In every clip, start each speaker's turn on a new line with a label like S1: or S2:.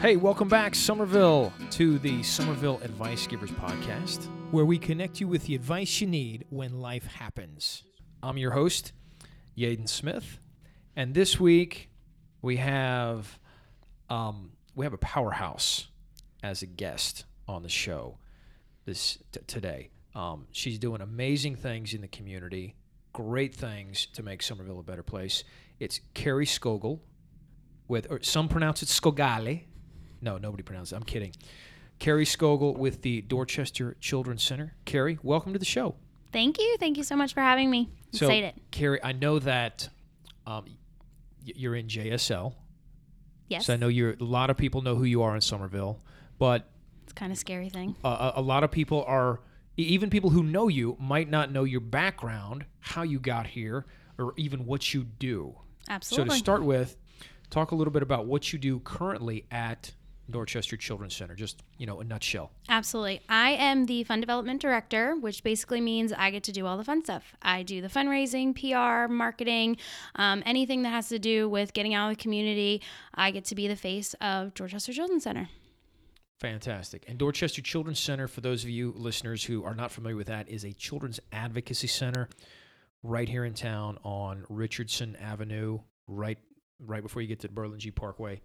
S1: Hey, welcome back, Somerville, to the Somerville Advice Givers Podcast, where we connect you with the advice you need when life happens. I'm your host, Yaden Smith, and this week we have um, we have a powerhouse as a guest on the show this t- today. Um, she's doing amazing things in the community, great things to make Somerville a better place. It's Carrie Skogel, with or some pronounce it Skogale. No, nobody pronounces it. I'm kidding. Carrie Skogel with the Dorchester Children's Center. Carrie, welcome to the show.
S2: Thank you. Thank you so much for having me. I'm
S1: So,
S2: excited.
S1: Carrie, I know that um, y- you're in JSL,
S2: Yes.
S1: so I know you're. A lot of people know who you are in Somerville, but
S2: it's kind of scary thing.
S1: uh, a a lot of people are e- even people who know you might not know your background, how you got here, or even what you do.
S2: Absolutely.
S1: So to start with, talk a little bit about what you do currently at Dorchester Children's Center. Just you know, a nutshell.
S2: Absolutely. I am the fund development director, which basically means I get to do all the fun stuff. I do the fundraising, PR, marketing, um, anything that has to do with getting out of the community. I get to be the face of Dorchester Children's Center.
S1: Fantastic. And Dorchester Children's Center, for those of you listeners who are not familiar with that, is a children's advocacy center right here in town on Richardson Avenue, right right before you get to the Berlin G Parkway.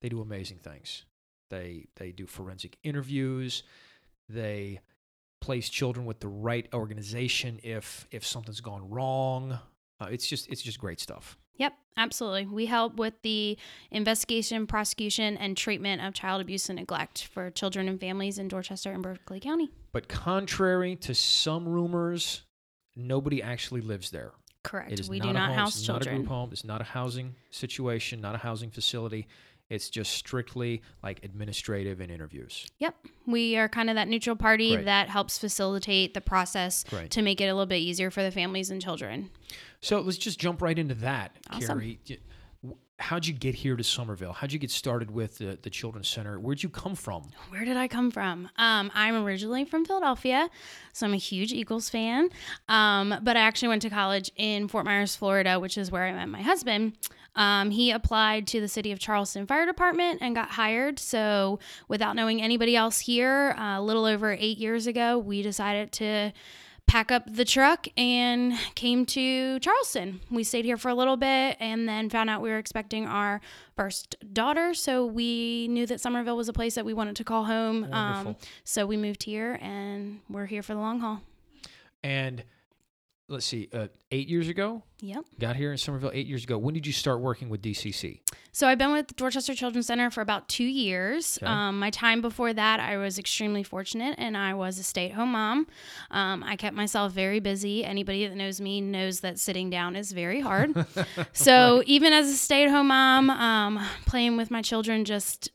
S1: They do amazing things. They they do forensic interviews. They place children with the right organization if if something's gone wrong. Uh, it's just it's just great stuff.
S2: Yep, absolutely. We help with the investigation, prosecution, and treatment of child abuse and neglect for children and families in Dorchester and Berkeley County.
S1: But contrary to some rumors, nobody actually lives there.
S2: Correct.
S1: It is
S2: we
S1: not
S2: do
S1: a
S2: not
S1: home.
S2: house
S1: it's
S2: children.
S1: Not a group home. It's not a housing situation. Not a housing facility. It's just strictly like administrative and interviews.
S2: Yep. We are kind of that neutral party
S1: Right.
S2: that helps facilitate the process
S1: Right.
S2: to make it a little bit easier for the families and children.
S1: So let's just jump right into that,
S2: Awesome.
S1: Carrie. Y- w- How'd you get here to Somerville? How'd you get started with the, the Children's Center? Where'd you come from?
S2: Where did I come from? Um, I'm originally from Philadelphia, so I'm a huge Eagles fan. Um, but I actually went to college in Fort Myers, Florida, which is where I met my husband. Um, he applied to the city of Charleston Fire Department and got hired. So, without knowing anybody else here, uh, a little over eight years ago, we decided to pack up the truck and came to Charleston. We stayed here for a little bit and then found out we were expecting our first daughter. So we knew that Somerville was a place that we wanted to call home. Um,
S1: Wonderful.
S2: so we moved here and we're here for the long haul.
S1: And let's see, uh, eight years ago,
S2: Yep.
S1: got here in Somerville eight years ago. When did you start working with DCC?
S2: So I've been with Dorchester Children's Center for about two years.
S1: Okay.
S2: Um, my time before that, I was extremely fortunate, and I was a stay-at-home mom. Um, I kept myself very busy. Anybody that knows me knows that sitting down is very hard. so even as a stay-at-home mom, um, playing with my children just.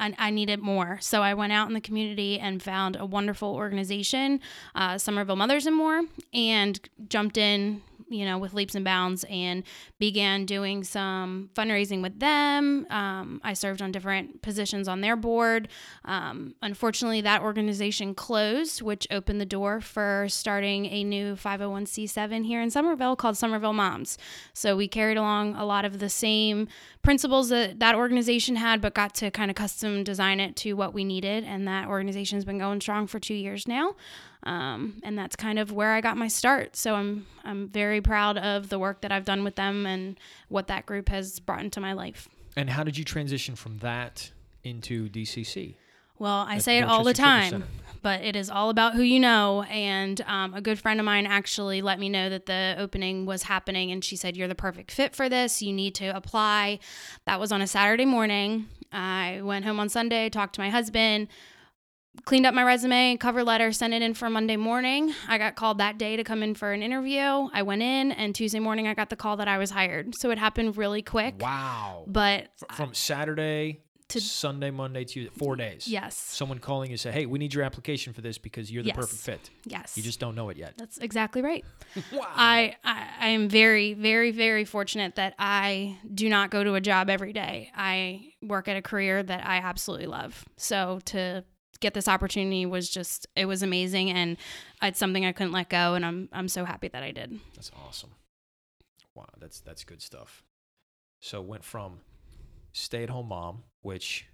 S2: I, I needed more. So I went out in the community and found a wonderful organization, uh, Somerville Mothers and More, and jumped in, you know, with leaps and bounds and began doing some fundraising with them. Um, I served on different positions on their board. Um, unfortunately, that organization closed, which opened the door for starting a new 501c7 here in Somerville called Somerville Moms. So we carried along a lot of the same principles that that organization had, but got to kind of custom design it to what we needed. And that organization's been going strong for two years now um, and that's kind of where I got my start. So I'm I'm very proud of the work that I've done with them and what that group has brought into my life.
S1: And how did you transition from that into DCC?
S2: Well, I
S1: At
S2: say it all the
S1: Dorchester
S2: time,
S1: Children's
S2: but it is all about who you know. And um, a good friend of mine actually let me know that the opening was happening, and she said, You're the perfect fit for this. You need to apply. That was on a Saturday morning. I went home on Sunday, talked to my husband, cleaned up my resume, cover letter, sent it in for Monday morning. I got called that day to come in for an interview. I went in, and Tuesday morning, I got the call that I was hired. So it happened really quick.
S1: Wow.
S2: But
S1: Fr- from Saturday to
S2: To-
S1: Sunday, Monday, Tuesday, four days.
S2: yes,
S1: someone calling you say, "Hey, we need your application for this because you're the
S2: Yes.
S1: perfect fit.
S2: yes.
S1: You just don't know it yet."
S2: that's exactly right.
S1: Wow.
S2: I, I I am very very very fortunate that I do not go to a job every day. I work at a career that I absolutely love. So to get this opportunity was just it was amazing and it's something I couldn't let go and I'm I'm so happy that I did.
S1: that's awesome. Wow, that's that's good stuff. So went from stay-at-home mom, which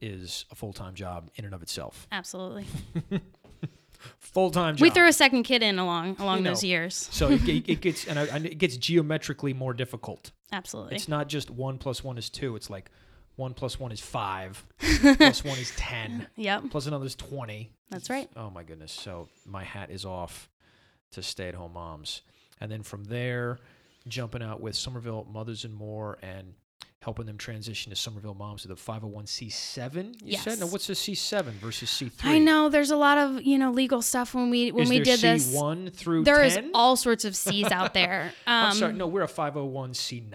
S1: is a full time job in and of itself.
S2: Absolutely.
S1: Full time job.
S2: We threw a second kid in along along
S1: You know.
S2: those years.
S1: so it, it, it gets and, I, and it gets geometrically more difficult.
S2: Absolutely.
S1: It's not just one plus one is two. It's like one plus one is five, plus one is ten,
S2: yep.
S1: plus another is twenty.
S2: That's right.
S1: Oh my goodness. So my hat is off to stay at home moms, and then from there, jumping out with Somerville Mothers and More and. Helping them transition to Somerville Moms with a 501c7. You said,
S2: Yes.
S1: "No, what's a C7 versus C3?"
S2: I know there's a lot of, you know, legal stuff when we when
S1: Is
S2: we
S1: there
S2: did this.
S1: C1 through
S2: There
S1: 10?
S2: is all sorts of C's out there. Um,
S1: I'm sorry. No, we're a 501c9.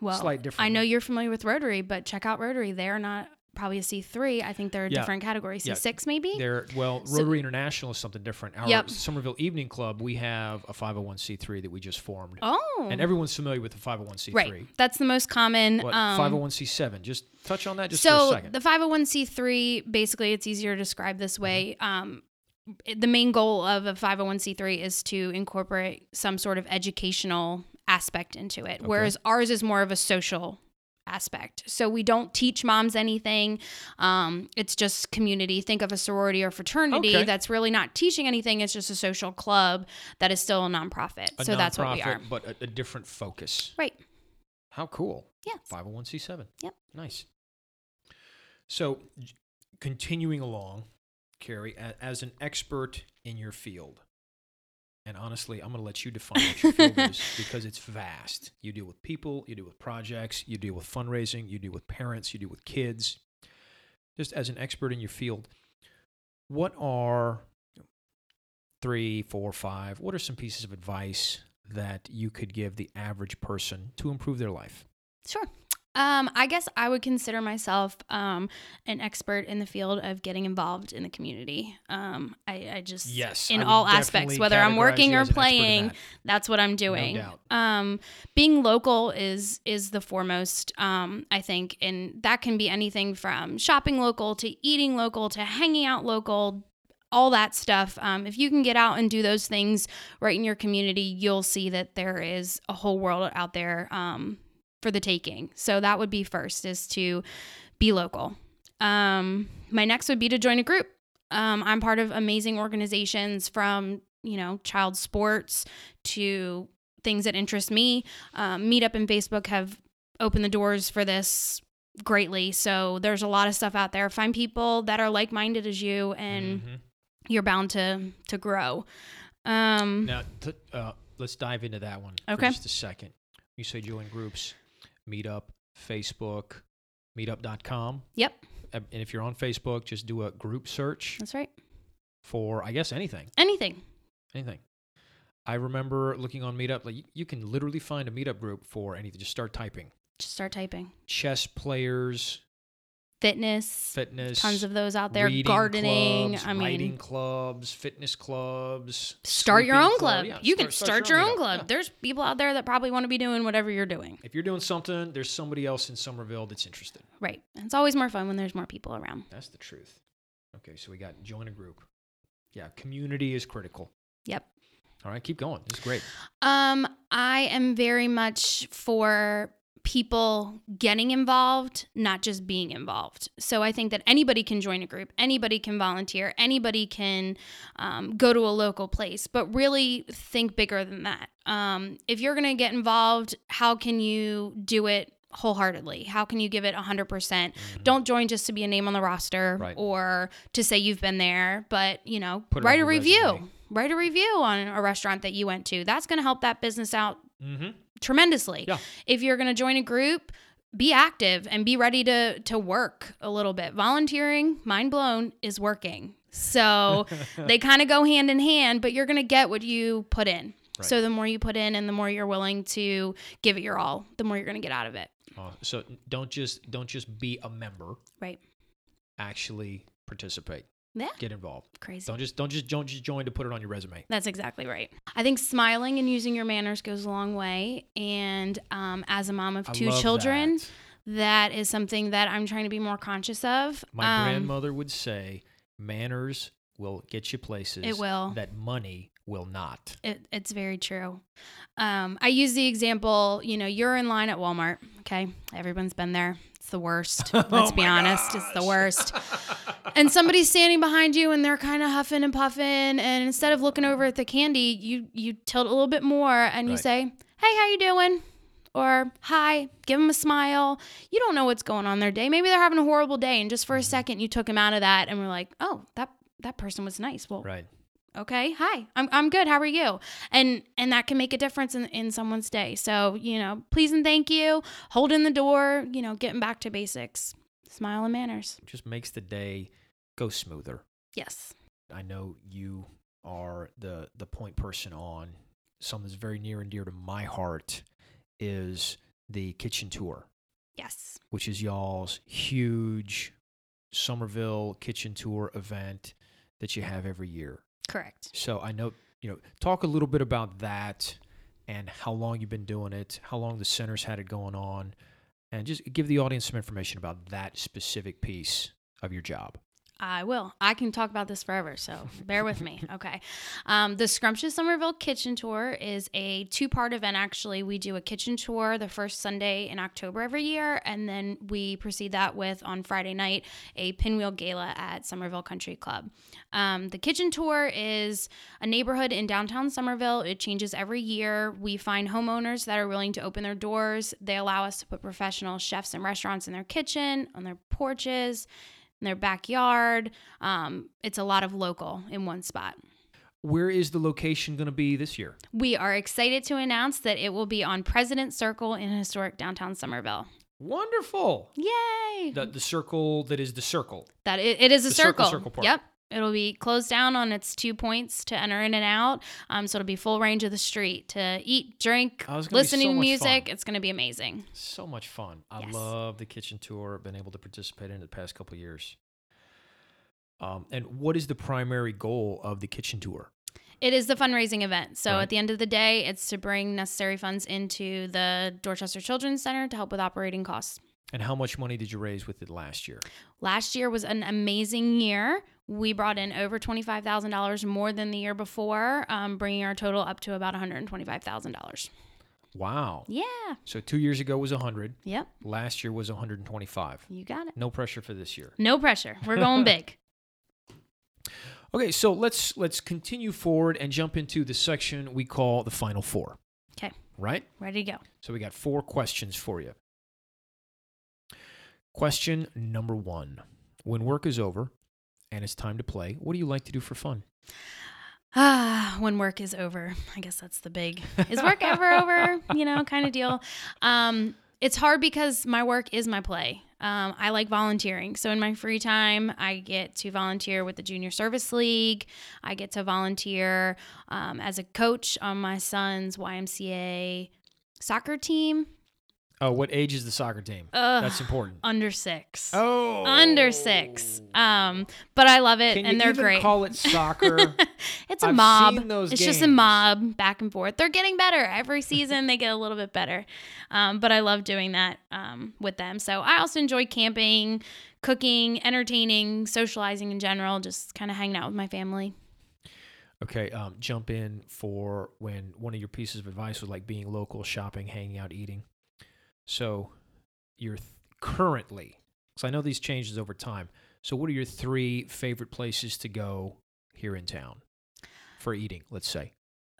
S2: well,
S1: slight
S2: I
S1: different.
S2: know you're familiar with Rotary, but check out Rotary. They're not probably a C3. I think they're a
S1: Yeah.
S2: different category.
S1: Yeah.
S2: C6 maybe?
S1: There, well,
S2: So-
S1: Rotary International is something different. Our
S2: Yep.
S1: Somerville Evening Club, we have a 501c3 that we just formed,
S2: oh.
S1: and everyone's familiar with the 501c3.
S2: right. That's the most common.
S1: What
S2: um,
S1: 501c7? Just touch on that just for a
S2: so
S1: second. Mm-hmm.
S2: the 501c3 basically it's easier to describe this way um, it- the main goal of a 501c3 is to incorporate some sort of educational aspect into it whereas ours is more of a social aspect so we don't teach moms anything um, it's just community think of a sorority or fraternity
S1: Okay.
S2: that's really not teaching anything it's just a social club that is still a nonprofit
S1: a
S2: so that's what we
S1: nonprofit,
S2: are
S1: But a, a different focus.
S2: right
S1: How cool.
S2: yeah
S1: 501c7.
S2: Yep.
S1: Nice. So, j- continuing along, Carrie, a- as an expert in your field, and honestly, I'm going to let you define what your field is because it's vast. You deal with people, you deal with projects, you deal with fundraising, you deal with parents, you deal with kids. Just as an expert in your field, what are three, four, five, what are some pieces of advice that you could give the average person to improve their life?
S2: Sure. Um, I guess I would consider myself um, an expert in the field of getting involved in the community. Um, I, I just
S1: Yes,
S2: in
S1: I would
S2: all aspects,
S1: definitely
S2: whether I'm
S1: categorize
S2: working
S1: you
S2: or
S1: as an expert in
S2: playing,
S1: that.
S2: that's what I'm doing.
S1: doubt.
S2: Um, being local is is the foremost, um, I think, and that can be anything from shopping local to eating local to hanging out local. All that stuff. Um, if you can get out and do those things right in your community, you'll see that there is a whole world out there um, for the taking. So that would be first is to be local. Um, my next would be to join a group. Um, I'm part of amazing organizations from you know child sports to things that interest me. Um, Meetup and Facebook have opened the doors for this greatly. So there's a lot of stuff out there. Find people that are like minded as you, and
S1: Mhm.
S2: you're bound to to grow. Um,
S1: now t- uh, let's dive into that one
S2: Okay.
S1: for just a second. You say join groups, Meetup, Facebook, Meetup.com.
S2: Yep,
S1: And and if you're on Facebook, just do a group search
S2: that's right.
S1: for I guess anything,
S2: Anything.
S1: anything. I remember looking on Meetup, like you, you can literally find a Meetup group for anything. Just start typing
S2: Just start typing.
S1: chess players,
S2: Fitness.
S1: fitness,
S2: Tons of those out there.
S1: reading
S2: Gardening.
S1: clubs,
S2: I mean,
S1: writing clubs, fitness clubs.
S2: start your
S1: sleeping
S2: own club.
S1: Yeah,
S2: you can start, your own
S1: meetup.
S2: club.
S1: Yeah.
S2: There's people out there that probably want to be doing whatever you're doing.
S1: If you're doing something, there's somebody else in Somerville that's interested.
S2: Right. And It's always more fun when there's more people around.
S1: That's the truth. Okay, so we got join a group. Yeah, community is critical.
S2: Yep.
S1: All right, keep going. This is great.
S2: Um, I am very much for people getting involved, not just being involved. So I think that anybody can join a group, anybody can volunteer, anybody can um, go to a local place, but really think bigger than that. Um, if you're going to get involved, how can you do it? wholeheartedly how can you give it 100% percent don't join just to be a name on the roster
S1: Right.
S2: or to say you've been there but you know
S1: Put it on
S2: write a
S1: your
S2: review
S1: resume.
S2: write a review on a restaurant that you went to. That's going to help that business out
S1: Mm-hmm.
S2: tremendously.
S1: Yeah.
S2: If you're going to join a group, be active and be ready to to work a little bit. Volunteering, mind blown, is working. So they kind of go hand in hand, but you're going to get what you put in.
S1: Right.
S2: So the more you put in and the more you're willing to give it your all, the more you're going to get out of it.
S1: Mm-hmm. so don't just don't just be a member.
S2: Right.
S1: Actually participate.
S2: Yeah.
S1: Get involved.
S2: Crazy.
S1: Don't just don't just don't just join to put it on your resume.
S2: That's exactly right. I think smiling and using your manners goes a long way. And um, as a mom of
S1: I
S2: two
S1: love
S2: children,
S1: that.
S2: that is something that I'm trying to be more conscious of.
S1: My
S2: Um,
S1: grandmother would say, "Manners will get you places.
S2: It will.
S1: That money will not."
S2: It, it's very true. Um, I use the example, you know, you're in line at Walmart. Okay. Everyone's been there. It's It's the worst. Let's be honest. It's the worst. and somebody's standing behind you and they're kind of huffing and puffing. And instead of looking over at the candy, you, you tilt a little bit more and you
S1: Right.
S2: say, hey, how you doing? Or hi, give them a smile. You don't know what's going on their day. Maybe they're having a horrible day, and just for a second, you took them out of that, and we're like, "Oh, that that person was nice." Well,
S1: Right.
S2: okay hi i'm, I'm good how are you and and that can make a difference in, in someone's day so you know please and thank you holding the door you know getting back to basics smile and manners
S1: Just makes the day go smoother.
S2: yes
S1: I know you are the the point person on something that's very near and dear to my heart is the kitchen tour,
S2: yes
S1: which is y'all's huge Somerville kitchen tour event that you have every year.
S2: correct
S1: So I know, you know, talk a little bit about that and how long you've been doing it, how long the center's had it going on, and just give the audience some information about that specific piece of your job.
S2: I will. I can talk about this forever, so bear with me. Okay. Um, the Scrumptious Somerville Kitchen Tour is a two part event, actually. We do a kitchen tour the first Sunday in October every year, and then we proceed that with on Friday night a pinwheel gala at Somerville Country Club. Um, the kitchen tour is a neighborhood in downtown Somerville. It changes every year. We find homeowners that are willing to open their doors, they allow us to put professional chefs and restaurants in their kitchen, on their porches in their backyard. Um, it's a lot of local in one spot.
S1: Where is the location going to be this year?
S2: We are excited to announce that it will be on President Circle in historic downtown Somerville.
S1: Wonderful.
S2: Yay!
S1: The, the circle that is the circle.
S2: that it, it is a
S1: The circle,
S2: circle.
S1: circle part.
S2: Yep. It'll be closed down on its two points to enter in and out. Um, so it'll be full range of the street to eat, drink,
S1: Oh, it's gonna be so
S2: listen to
S1: much
S2: music.
S1: fun.
S2: It's going to be amazing.
S1: So much fun. I
S2: Yes.
S1: love the kitchen tour. Been able to participate in it the past couple of years. Um, and what is the primary goal of the kitchen tour?
S2: It is the fundraising event. So
S1: Right.
S2: at the end of the day, it's to bring necessary funds into the Dorchester Children's Center to help with operating costs.
S1: And how much money did you raise with it last year?
S2: Last year was an amazing year. We brought in over $25,000 more than the year before, um, bringing our total up to about $125,000.
S1: Wow.
S2: Yeah.
S1: So two years ago was 100.
S2: Yep.
S1: Last year was 125.
S2: You got it.
S1: No pressure for this year.
S2: No pressure. We're going big.
S1: Okay, so let's let's continue forward and jump into the section we call the final four.
S2: 'Kay.
S1: Right?
S2: Ready to go.
S1: So we got four questions for you. Question number 1. When work is over and it's time to play, what do you like to do for fun?
S2: Ah, when work is over. I guess that's the big is work ever over, you know, kind of deal. Um, it's hard because my work is my play. Um, I like volunteering. So in my free time, I get to volunteer with the Junior Service League. I get to volunteer um, as a coach on my son's YMCA soccer team.
S1: Oh, what age is the soccer team?
S2: Ugh,
S1: That's important.
S2: under six.
S1: Oh.
S2: Under six. Um, but I love it,
S1: Can
S2: and
S1: you
S2: they're
S1: even
S2: great.
S1: call it soccer?
S2: It's a
S1: I've
S2: mob.
S1: seen those
S2: it's just a
S1: games.
S2: mob back and forth. They're getting better every season. they get a little bit better, um, but I love doing that um, with them. So I also enjoy camping, cooking, entertaining, socializing in general. Just kind of hanging out with my family.
S1: Okay, um, jump in for when one of your pieces of advice was like being local, shopping, hanging out, eating. So, you're th- currently, because I know these changes over time. So, what are your three favorite places to go here in town for eating? Let's say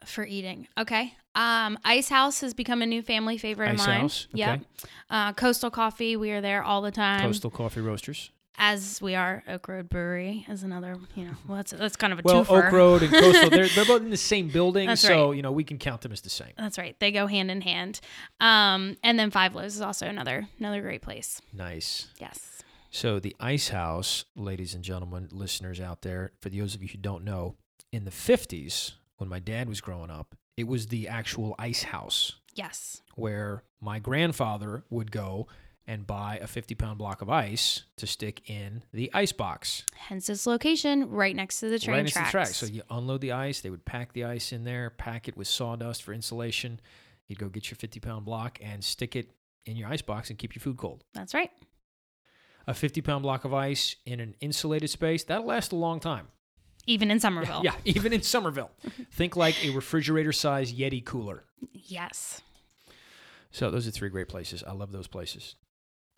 S2: For eating, okay. Um, Ice House has become a new family favorite
S1: Ice
S2: of mine.
S1: House,
S2: Yep.
S1: okay.
S2: Uh, Coastal Coffee, we are there all the time.
S1: Coastal Coffee Roasters.
S2: As we are Oak Road Brewery is another, you know, well, that's that's kind of a
S1: Well,
S2: twofer.
S1: Oak Road and Coastal, they're, they're both in the same building,
S2: That's
S1: so you know we can count them as the same.
S2: That's right. They go hand in hand. Um, and then Five Lows is also another another great place.
S1: Nice.
S2: Yes.
S1: So the Ice House, ladies and gentlemen, listeners out there, for those of you who don't know, in the 50s, when my dad was growing up, it was the actual ice house
S2: Yes.
S1: where my grandfather would go and buy a 50 pound block of ice to stick in the ice box
S2: Hence its location, right next to the train
S1: right next
S2: tracks.
S1: to the track. So you unload the ice, they would pack the ice in there, pack it with sawdust for insulation. You'd go get your 50 pound block and stick it in your ice box and keep your food cold
S2: That's right.
S1: a 50 pound block of ice in an insulated space, that'll last a long time.
S2: Even in Somerville.
S1: Yeah, even in Somerville. Think like a refrigerator size Yeti cooler.
S2: Yes.
S1: So, those are three great places. I love those places.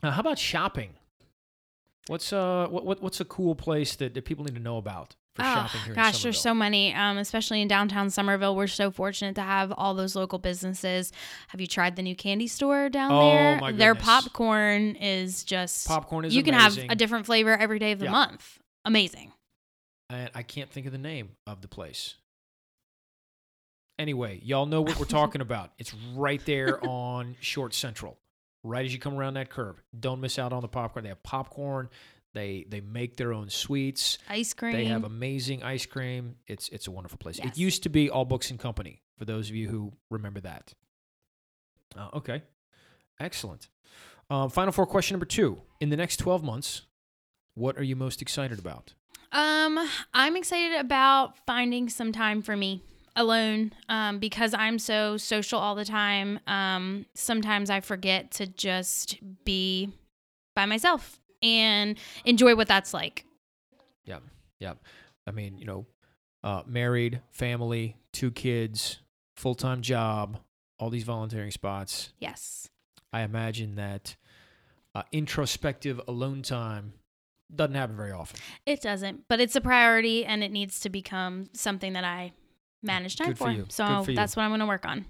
S1: Now, how about shopping? What's uh what, what what's a cool place that, that people need to know about for shopping here
S2: Oh, Ah, gosh,
S1: in
S2: there's
S1: Somerville?
S2: so many, um, especially in downtown Somerville. We're so fortunate to have all those local businesses. Have you tried the new candy store down
S1: Oh,
S2: there?
S1: my
S2: Their
S1: goodness.
S2: popcorn is just
S1: popcorn is
S2: you can
S1: amazing.
S2: have a different flavor every day of the
S1: Yeah.
S2: month. Amazing.
S1: and I can't think of the name of the place. Anyway, y'all know what we're talking about. It's right there on Short Central, right as you come around that curve. Don't miss out on the popcorn. They have popcorn. They they make their own sweets.
S2: Ice cream.
S1: They have amazing ice cream. It's it's a wonderful place. It
S2: Yes.
S1: used to be All Books and Company for those of you who remember that. Uh, okay, excellent. Um, final four question number two. In the next twelve months, what are you most excited about?
S2: Um, I'm excited about finding some time for me alone um, because I'm so social all the time. Um, sometimes I forget to just be by myself and enjoy what that's like.
S1: Yep. I mean, you know, uh, married, family, two kids, full time job, all these volunteering spots.
S2: Yes.
S1: I imagine that uh, introspective alone time doesn't happen very often.
S2: It doesn't, but it's a priority and it needs to become something that I manage time
S1: Good for
S2: for.
S1: you.
S2: So
S1: Good for you.
S2: that's what I'm going to work on.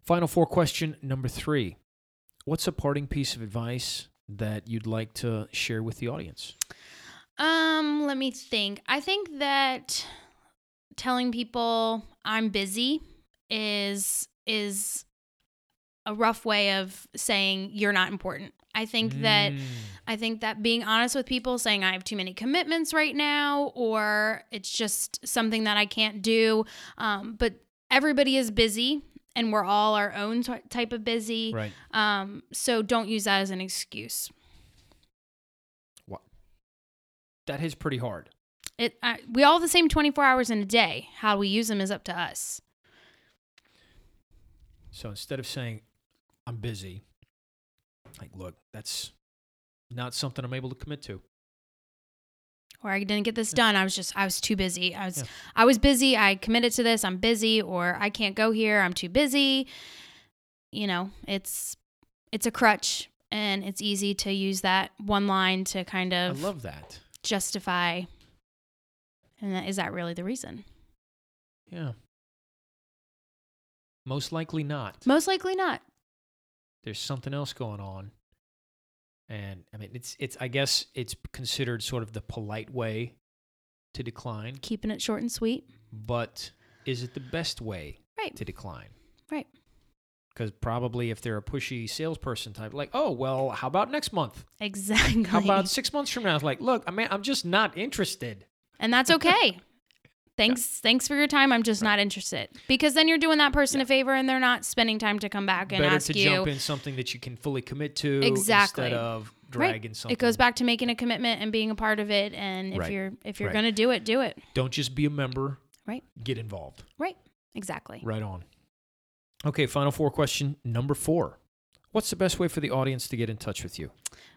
S1: Final four question number three What's a parting piece of advice that you'd like to share with the audience?
S2: Um, let me think. I think that telling people I'm busy is is a rough way of saying you're not important. I think that
S1: Mm.
S2: I think that being honest with people saying I have too many commitments right now or it's just something that I can't do um, but everybody is busy and we're all our own t- type of busy.
S1: Right.
S2: Um, so don't use that as an excuse.
S1: That is pretty hard.
S2: It I, we all have the same 24 hours in a day. How we use them is up to us.
S1: So instead of saying, I'm busy, like, look, that's not something I'm able to commit to.
S2: Or I didn't get this done. I was just I was too busy. I was
S1: Yeah.
S2: I was busy. I committed to this. I'm busy or I can't go here. I'm too busy. You know, it's it's a crutch and it's easy to use that one line to kind
S1: I
S2: of
S1: love that.
S2: justify and that, is that really the reason?
S1: Yeah. Most likely not.
S2: Most likely not.
S1: There's something else going on. And I mean it's it's I guess it's considered sort of the polite way to decline,
S2: Keeping it short and sweet.
S1: but is it the best way
S2: Right.
S1: to decline?
S2: Right.
S1: Cuz probably if they're a pushy salesperson type like, "Oh, well, how about next month?
S2: Exactly.
S1: How about 6 months from now?" It's like, "Look, I mean, I'm just not interested."
S2: and that's okay. thanks, thanks for your time. I'm just not interested because then you're doing that person a favor, and they're not spending time to come back and
S1: Better
S2: ask
S1: to
S2: you.
S1: jump in something that you can fully commit to
S2: Exactly.
S1: instead of
S2: Right.
S1: dragging something.
S2: It goes back to making a commitment and being a part of it. And if
S1: Right.
S2: you're if you're
S1: Right.
S2: gonna do it, do it.
S1: Don't just be a member.
S2: Right.
S1: Get involved.
S2: Right. Exactly.
S1: Right on. Okay, final four question number four. What's the best way for the audience to get in touch with you?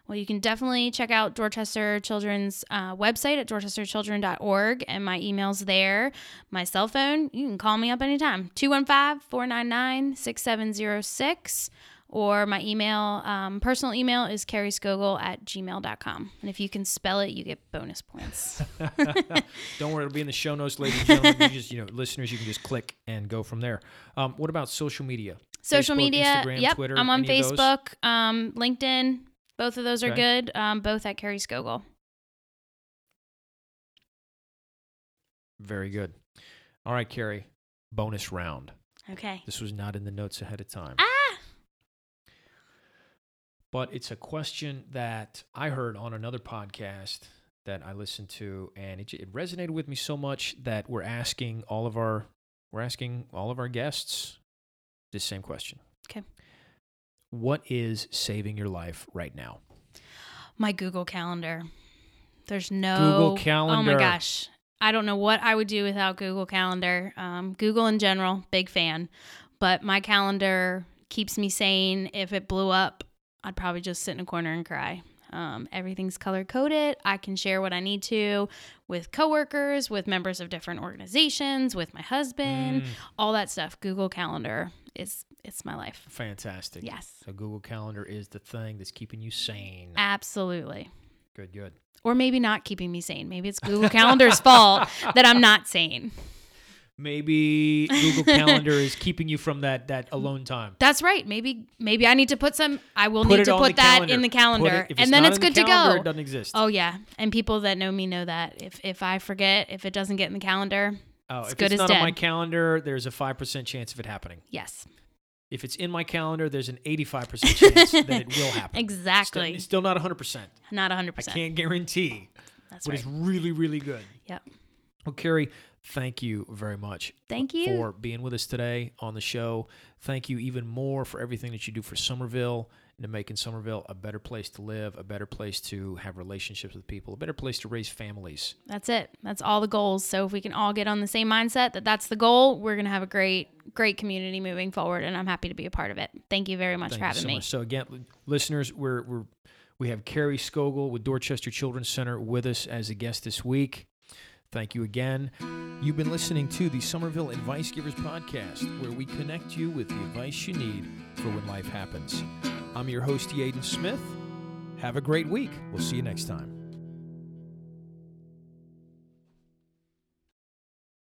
S2: Well, you can definitely check out Dorchester Children's uh, website at dorchesterchildren.org, and my email's there. My cell phone, you can call me up anytime 215 499 6706. Or my email, um, personal email is carriescogel at gmail.com. And if you can spell it, you get bonus points.
S1: Don't worry, it'll be in the show notes, ladies and gentlemen. You just, you know, listeners, you can just click and go from there. Um, what about social media?
S2: Social
S1: Facebook,
S2: media,
S1: Instagram,
S2: yep.
S1: Twitter,
S2: I'm on
S1: any of those?
S2: Facebook, um, LinkedIn. Both of those are
S1: Okay.
S2: good, um, both at Carrie Scogel.
S1: Very good. All right, Carrie, bonus round.
S2: Okay.
S1: This was not in the notes ahead of time.
S2: Ah!
S1: but it's a question that I heard on another podcast that I listened to, and it, j- it resonated with me so much that we're asking all of our we're asking all of our guests this same question.
S2: Okay.
S1: What is saving your life right now?
S2: my Google Calendar. There's no
S1: Google
S2: Oh
S1: Calendar.
S2: my gosh. I don't know what I would do without Google Calendar. Um, Google in general, big fan. But my calendar keeps me sane. If it blew up, I'd probably just sit in a corner and cry. Um, everything's color coded. I can share what I need to with coworkers, with
S1: Mm.
S2: members of different organizations, with my husband, all that stuff. Google Calendar is it's my life.
S1: Fantastic.
S2: Yes.
S1: So Google Calendar is the thing that's keeping you sane.
S2: Absolutely.
S1: Good, good.
S2: Or maybe not keeping me sane. Maybe it's Google Calendar's fault that I'm not sane.
S1: Maybe Google Calendar is keeping you from that that
S2: Mm-hmm.
S1: alone time.
S2: That's right. Maybe maybe I need to put some I will need
S1: it
S2: to
S1: on
S2: put
S1: the
S2: that
S1: calendar.
S2: in the
S1: Put
S2: calendar
S1: it- if
S2: and then
S1: not
S2: it's
S1: in the
S2: good to
S1: calendar, It
S2: go.
S1: doesn't exist.
S2: Oh yeah. And people that know me know that. If if I forget, if it doesn't get in the calendar,
S1: Oh,
S2: it's
S1: if
S2: good
S1: it's
S2: as
S1: not on my
S2: dead.
S1: calendar, there's a five percent chance of it happening.
S2: yes.
S1: If it's in my calendar, there's an eighty-five percent chance that it will happen. Still,
S2: Exactly.
S1: it's still not hundred percent.
S2: Not hundred
S1: I
S2: percent.
S1: can't guarantee,
S2: That's
S1: but
S2: right.
S1: it's really, really good.
S2: Yep.
S1: Well, Carrie, thank you very much
S2: Thank you.
S1: for being with us today on the show. Thank you even more for everything that you do for Somerville and to making Somerville a better place to live, a better place to have relationships with people, a better place to raise families.
S2: That's it. That's all the goals. So if we can all get on the same mindset that that's the goal, we're going to have a great, great community moving forward. And I'm happy to be a part of it. Thank you very much
S1: Thank
S2: for
S1: you
S2: having
S1: so
S2: me.
S1: much. So again, l- listeners, we're we're we have Carrie Skogel with Dorchester Children's Center with us as a guest this week. Thank you again. You've been listening to the Somerville Advice Givers Podcast, where we connect you with the advice you need for when life happens. I'm your host, Yaden Smith. Have a great week. We'll see you next time.